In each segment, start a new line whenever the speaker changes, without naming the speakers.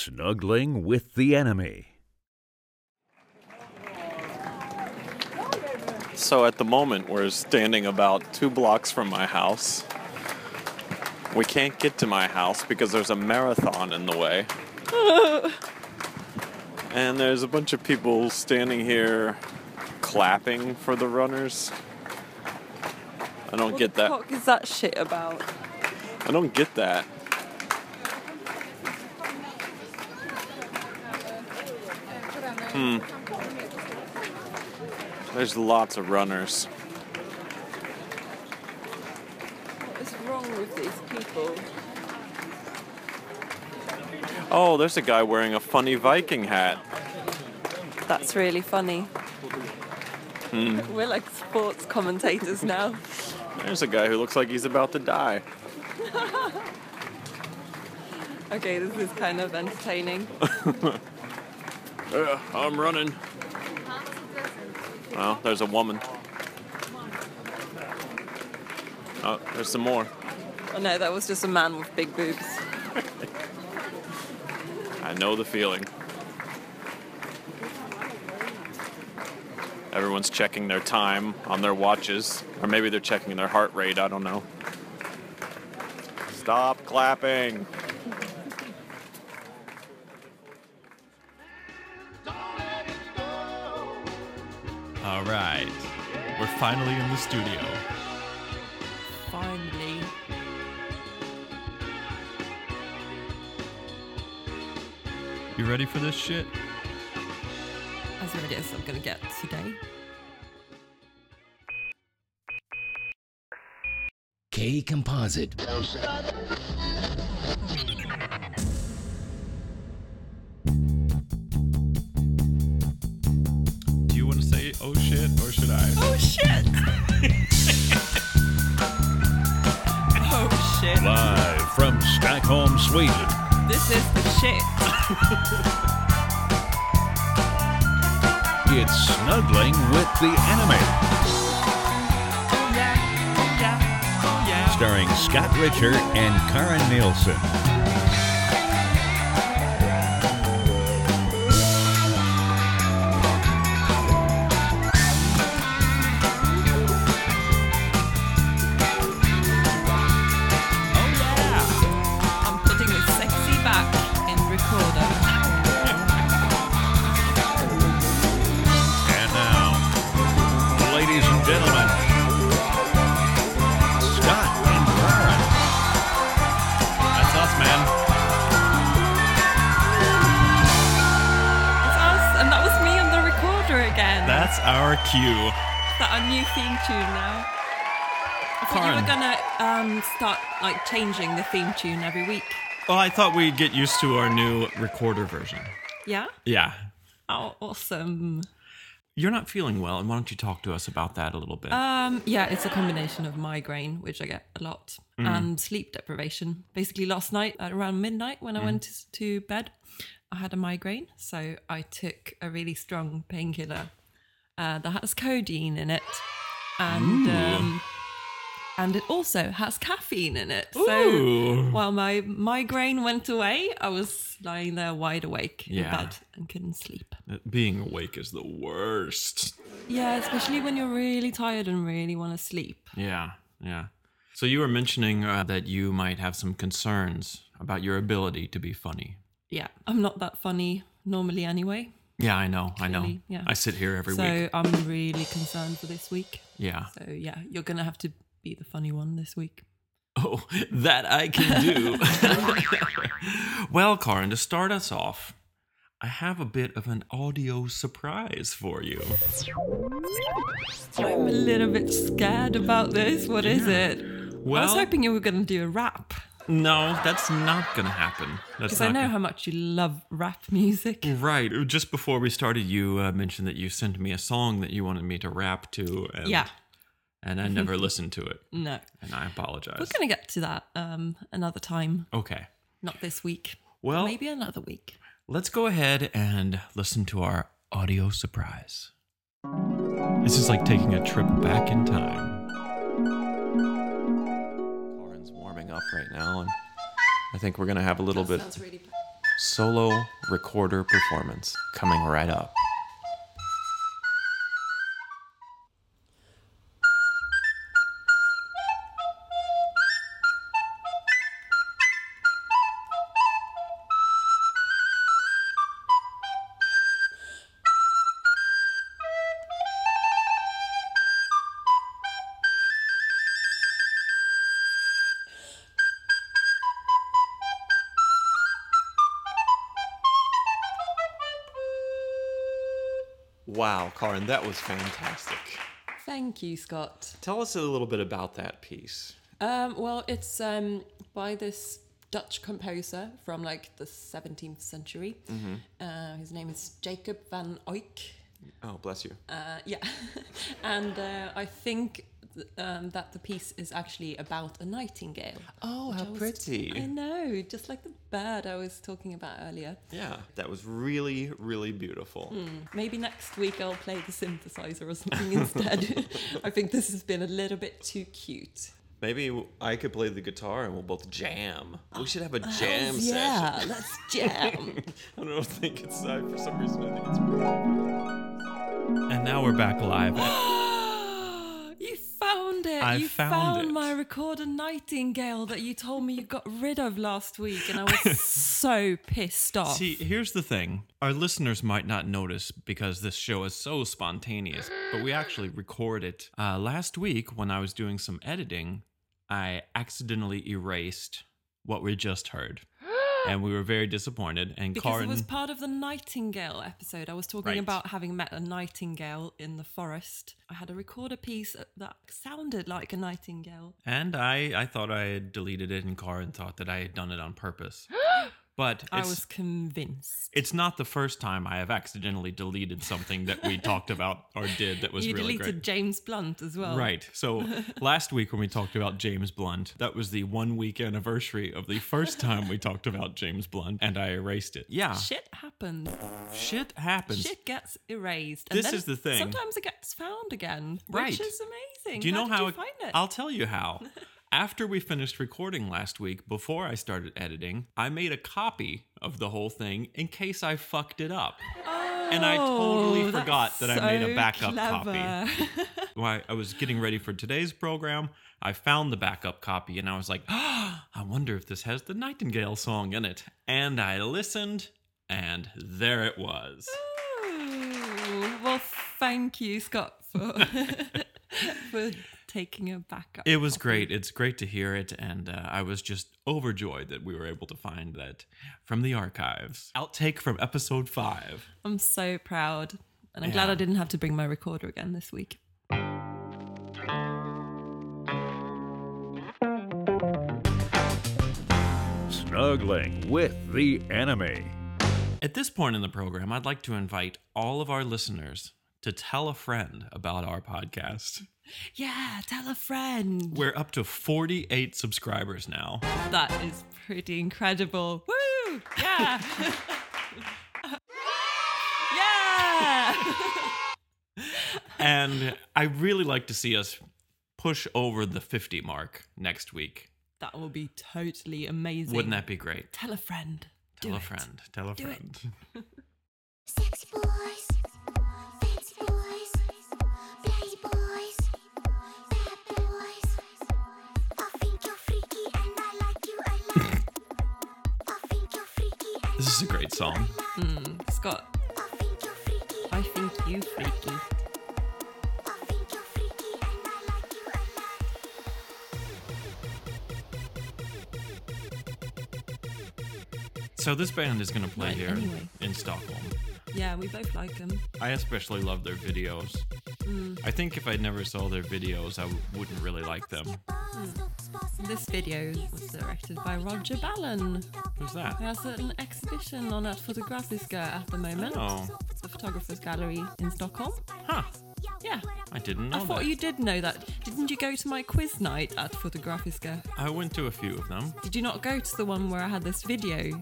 Snuggling with the Enemy.
So at the moment, we're standing about two blocks from my house. We can't get to my house because there's a marathon in the way. and there's a bunch of people standing here clapping for the runners. I don't
What
get
the
that.
fuck is that shit about?
I don't get that. Hmm. There's lots of runners.
What is wrong with these people?
Oh, there's a guy wearing a funny Viking hat.
That's really funny.
Hmm.
We're like sports commentators now.
There's a guy who looks like he's about to die.
Okay, this is kind of entertaining.
Uh, I'm running. Oh, there's a woman. Oh, there's some more.
Oh no, that was just a man with big boobs.
I know the feeling. Everyone's checking their time on their watches, or maybe they're checking their heart rate, I don't know. Stop clapping!
All right. We're finally in the studio.
Finally.
You ready for this shit?
As ready as I'm gonna get today.
K Composite.
Do you want to say oh shit or should I?
Oh shit! oh shit.
Live from Stockholm, Sweden.
This is the shit.
It's Snuggling with the Enemy.
Oh,
Starring Scott Richer and Karen Nielsen.
I'm putting the sexy back in recorder.
And now, ladies and gentlemen, Scott and Karen.
That's us, man.
It's us, and that was me on the recorder again.
That's our cue.
that our new theme tune now. I thought you
Karen.
were gonna um, start like changing the theme tune every week.
Well, I thought we'd get used to our new recorder version.
Yeah?
Yeah.
Oh, awesome.
You're not feeling well, and why don't you talk to us about that a little bit?
Um, yeah, it's a combination of migraine, which I get a lot,
Mm.
and sleep deprivation. Basically, last night at around midnight when
Mm.
I went to, to bed, I had a migraine, so I took a really strong painkiller uh, that has codeine in it, and um, and it also has caffeine in it. So
Ooh.
while my migraine went away, I was lying there wide awake
Yeah.
in bed and couldn't sleep.
Being awake is the worst.
Yeah, especially when you're really tired and really want to sleep.
Yeah, yeah. So you were mentioning uh, that you might have some concerns about your ability to be funny.
yeah, I'm not that funny normally anyway.
Yeah, I know, I know.
Clearly, yeah.
I sit here every
so
week.
I'm really concerned for this week.
Yeah.
So yeah, you're gonna have to be the funny one this week.
Oh, that I can do. well, Karin, to start us off, I have a bit of an audio surprise for you.
I'm a little bit scared about this. What is it? I
Well,
was hoping you were gonna do a rap
no, that's not going to happen. That's
because I
not
know
gonna-
how much you love rap music.
Right. uh, Just before we started, you uh, mentioned that you sent me a song that you wanted me to rap to. And,
Yeah. Mm-hmm.
And I never listened to it.
No,
And I apologize.
we're gonna get to that um, another time.
Okay.
Not this week.
Well,
Maybe another week.
let's go ahead and listen to our audio surprise. This is like taking a trip back in time. Karin's warming up right now, and I think we're going to have a little bit.
really.
solo recorder performance coming right up. Wow, Karin, that was fantastic.
Thank you, Scott.
Tell us a little bit about that piece.
Um, well, it's um, by this Dutch composer from like the 17th century.
Mm-hmm.
Uh, his name is Jacob van Eyck.
Oh, bless you.
Uh, yeah, and uh, I think th- um, that the piece is actually about a nightingale.
Oh,
which
how
I was-
pretty.
I know, just like the bird I was talking about earlier.
Yeah, that was really, really
Hmm.
beautiful.
Maybe next week I'll play the synthesizer or something instead. I think this has been a little bit too cute.
Maybe I could play the guitar and we'll both jam. We should have a jam session.
Oh, yeah, let's jam.
I don't think it's I, for some reason I think it's And now we're back live.
you found it.
I
you
found it.
my recorder nightingale that you told me you got rid of last week, and I was so pissed off.
See, here's the thing. Our listeners might not notice because this show is so spontaneous, but we actually record it. Uh, last week, when I was doing some editing, I accidentally erased what we just heard. And we were very disappointed. And
because
Karin,
it was part of the nightingale episode. I was talking
Right.
about having met a nightingale in the forest. I had a recorder piece that sounded like a nightingale.
and I, I thought I had deleted it, and Karin thought that I had done it on purpose. But
I
it's,
was convinced.
it's not the first time I have accidentally deleted something that we talked about or did that was
you
really
deleted
great.
James Blunt as well.
Right. So last week when we talked about James Blunt, that was the one week anniversary of the first time we talked about James Blunt, and I erased it. Yeah.
Shit happens.
Shit happens.
Shit gets erased.
This is the thing.
Sometimes it gets found again,
Right.
which is amazing.
Do you know
did
how
you find it?
I'll tell you how. After we finished recording last week, before I started editing, I made a copy of the whole thing in case I fucked it up. and I totally
Oh,
forgot that
that's
I made a
so
backup copy.
clever.
Why I was getting ready for today's program, I found the backup copy and I was like, "Ah, I wonder if this has the Nightingale song in it. And I listened, and there it was.
Ooh, well, thank you, Scott, for for taking a backup.
It was great. It's great to hear it. And uh, I was just overjoyed that we were able to find that from the archives. Outtake from episode five.
I'm so proud, and I'm glad
Yeah.
I didn't have to bring my recorder again this week.
Snuggling with the enemy.
At this point in the program, I'd like to invite all of our listeners to tell a friend about our podcast.
Yeah, tell a friend.
We're up to 48 subscribers now.
That is pretty incredible. Woo! Yeah. yeah.
and I really like to see us push over the 50 mark next week.
That will be totally amazing.
Wouldn't that be great?
Tell a friend.
Tell
Do
a
it.
friend. Tell a
Do
friend.
Sexy boys, fancy boys, bloody boys, bad boys. I think you're freaky and I like you a lot. I think you're freaky and
This is a great song.
Mm, Scott,
I think you're freaky.
I think you freaky.
I think you're freaky and I like you a lot.
So this band is going to play
Right,
here
anyway.
in Stockholm.
Yeah, we both like them.
I especially love their videos.
Mm.
I think if I never saw their videos, I w- wouldn't really like them.
Hmm. This video was directed by Roger Ballon.
Who's that?
He has an exhibition on at Fotografiska at the moment,
Oh,
the Photographer's Gallery in Stockholm.
huh.
Yeah,
I didn't know
I thought
that.
you did know that. Didn't you go to my quiz night at Fotografiska?
I went to a few of them.
Did you not go to the one where I had this video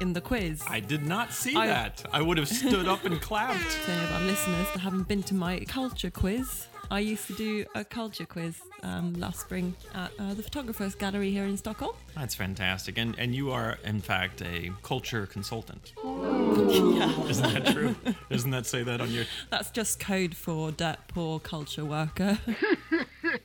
in the quiz?
I did not see
I-
that. I would have stood up and clapped.
to any of our listeners that haven't been to my culture quiz, I used to do a culture quiz um, last spring at uh, the Photographers Gallery here in Stockholm.
That's fantastic. And and you are in fact a culture consultant. Isn't that true? Doesn't that say that on your
That's just code for dirt poor culture worker.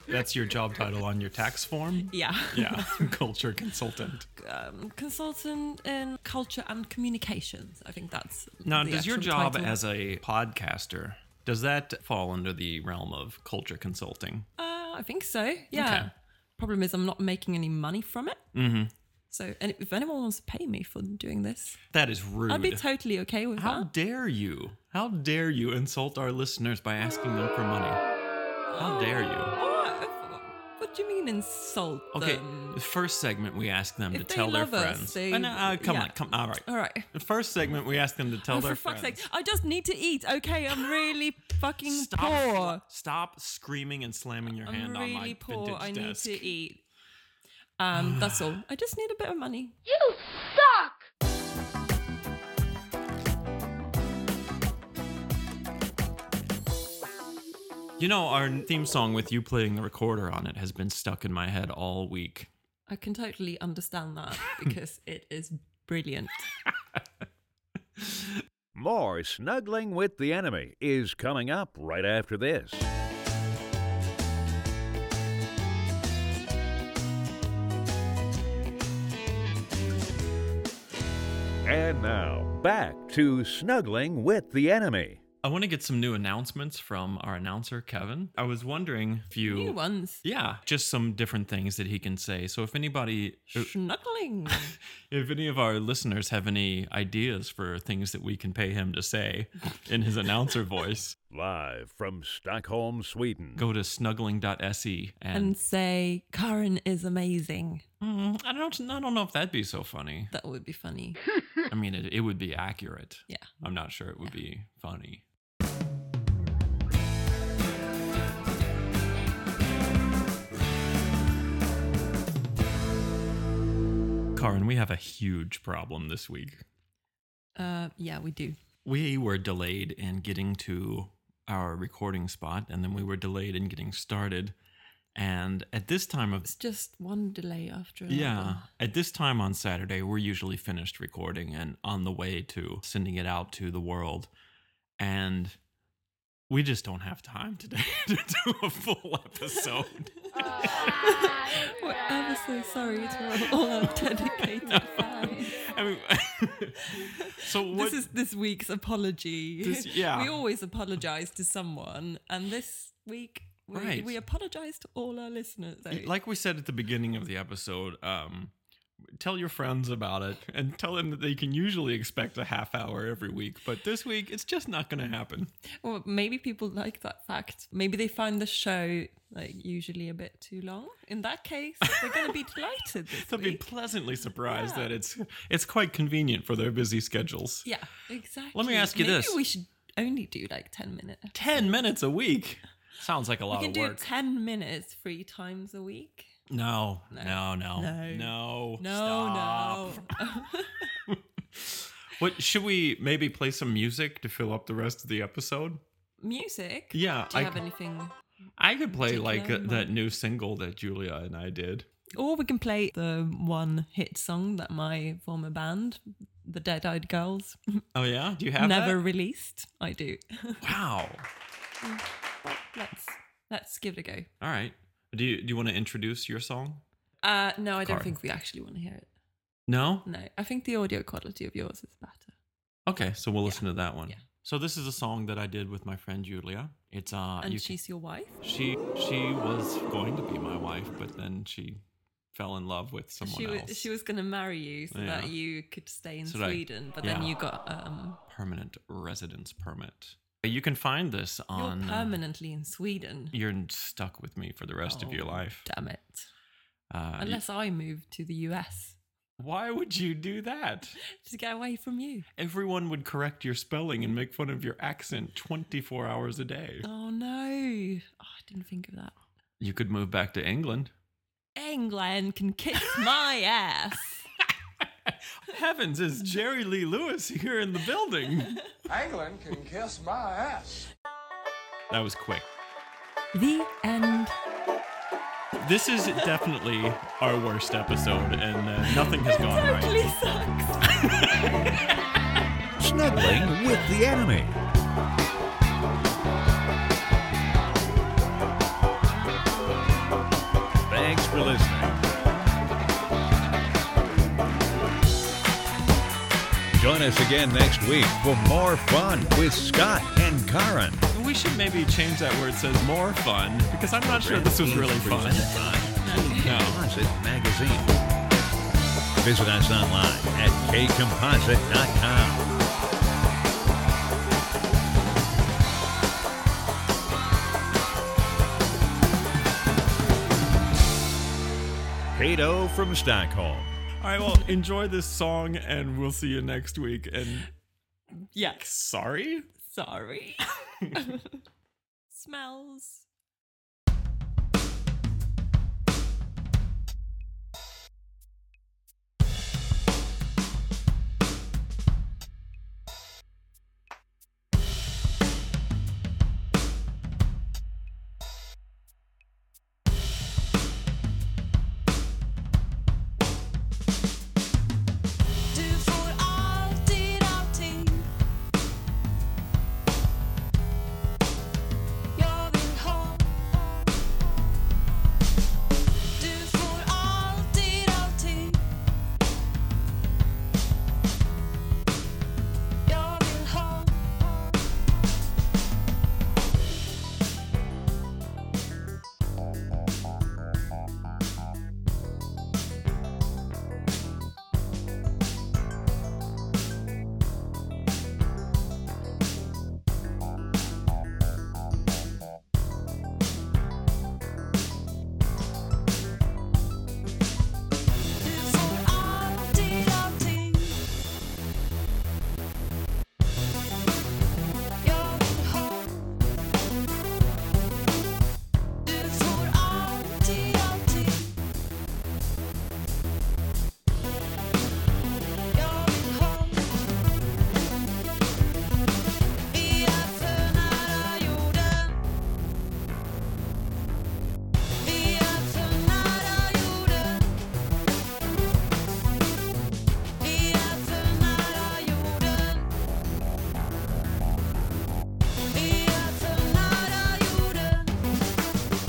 that's your job title on your tax form?
yeah.
Yeah. culture consultant.
Um, consultant in culture and communications. I think that's.
Now,
the
does your
actual
job
title.
as a podcaster does that fall under the realm of culture consulting?
Uh, I think so. Yeah.
Okay.
Problem is, I'm not making any money from it. Mm-hmm. So, and if anyone wants to pay me for doing this,
That is rude.
I'd be totally okay with
How
that.
dare you? How dare you insult our listeners by asking them for money? How dare you?
What, what do you mean insult
Okay,
them?
the first segment we ask them to
If they
tell their
love us,
friends.
they-
I know, uh, come
yeah.
on, come all right.
All right.
The first segment we ask them to tell
Oh,
their
for fuck's
friends.
sake! I just need to eat. Okay, I'm really fucking poor.
Stop, stop screaming and slamming your
I'm
hand on my
really poor.
vintage
I need
desk.
to eat. Um, that's all. I just need a bit of money.
You know, our theme song with you playing the recorder on it has been stuck in my head all week.
I can totally understand that because it is brilliant.
More Snuggling with the Enemy is coming up right after this. And now, back to Snuggling with the Enemy.
I want to get some new announcements from our announcer, Kevin. I was wondering if you.
New ones.
Yeah, just some different things that he can say. So if anybody,
Snuggling.
if any of our listeners have any ideas for things that we can pay him to say in his announcer voice,
Live from Stockholm, Sweden.
go to snuggling.se and,
and say, Karen is amazing.
Mm, I don't I don't know if that'd be so funny.
That would be funny.
I mean, it, it would be accurate.
Yeah.
I'm not sure it would be funny. Karin, we have a huge problem this week.
Uh, yeah, we do.
We were delayed in getting to our recording spot, and then we were delayed in getting started. And at this time of
It's just one delay after another.
yeah. At this time on Saturday, we're usually finished recording and on the way to sending it out to the world. And we just don't have time today to do a full episode.
We're ever so sorry to all our dedicated fans.
I mean, so what?
This is this week's apology.
This- yeah.
We always apologize to someone, and this week we,
Right.
we apologize to all our listeners. eh? So
like we said at the beginning of the episode, um, tell your friends about it and tell them that they can usually expect a half hour every week. But this week, it's just not going to happen.
Well, maybe people like that fact. Maybe they find the show like usually a bit too long. In that case, they're going to be delighted this
They'll be
week.
pleasantly surprised
Yeah.
that it's it's quite convenient for their busy schedules.
yeah, exactly.
ask you
Maybe
this.
we should only do like ten minutes.
10 minutes a week sounds like a
We
lot
can
of
do
work.
ten minutes three times a week.
no, no, no,
No.
no,
No,
stop.
no.
What should we maybe play some music to fill up the rest of the episode?
Music.
Yeah,
Do you
I-
have anything?
I could play
Take
like uh,
them.
that new single that Julia and I did.
Or we can play the one hit song that my former band, the Dead Eyed Girls,
Oh yeah, do you have
never
that?
released. I do.
Wow.
let's let's give it a go.
All right. Do you do you want to introduce your song?
Uh, no, I don't
Card.
think we actually want to hear it.
No.
No, I think the audio quality of yours is better.
Okay, so we'll listen to that one.
Yeah.
So this is a song that I did with my friend Julia. It's uh,
and
you can-
she's your wife.
She she was going to be my wife, but then she fell in love with someone
She
else.
was she was going to marry you so
Yeah.
that you could stay in
So that I-
Sweden, but then
yeah.
you got um,
permanent residence permit. You can find this on. uh,
you're permanently in Sweden.
You're stuck with me for the rest of your
Oh,
life.
Damn it!
Uh,
Unless I move to the US
why would you do that?
to get away from you.
Everyone would correct your spelling and make fun of your accent 24 hours a day.
Oh no! Oh, I didn't think of that.
You could move back to England.
England can kiss my ass.
Heavens, is Jerry Lee Lewis here in the building?
England can kiss my ass.
That was quick.
The end.
This is definitely our worst episode, and uh, nothing has gone
Totally
right.
sucks.
Snuggling with the enemy. Thanks for listening. Join us again next week for more fun with Scott and Karen.
We should maybe change that where it says more fun, because I'm not sure this was really fun.
Presented by
No.
Composite Magazine. Visit us online at kcomposite.com. Kato from Stockholm.
All right, well, enjoy this song, and we'll see you next week. And
Yes.
sorry?
Sorry. Smells.
Du får alltid allting jag vill ha. Du får alltid allting jag vill ha. Du får alltid allting jag vill ha. Du får alltid allting jag vill ha. Vi är för nära jorden. Vi är för nära jorden. Vi är för nära jorden. Vi är för nära jorden.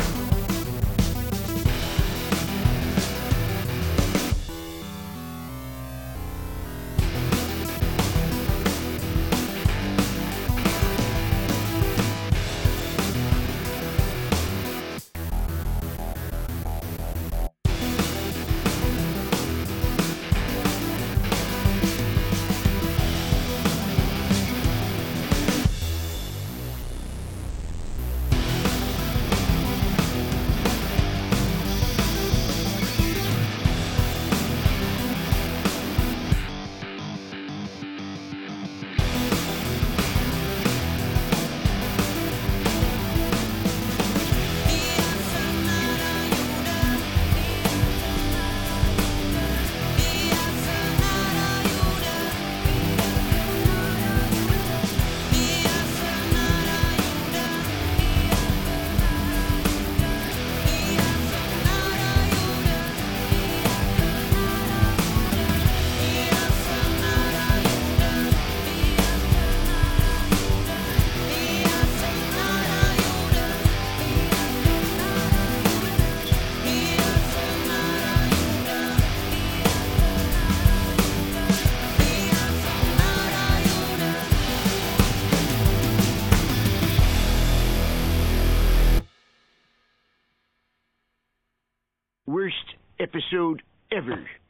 Vi är för nära jorden. Vi är för nära jorden. Vi är för nära jorden. Vi är för nära jorden. Vi är för nära jorden. Vi är för nära jorden. Vi är för nära jorden. Vi är för nära jorden.
worst episode ever.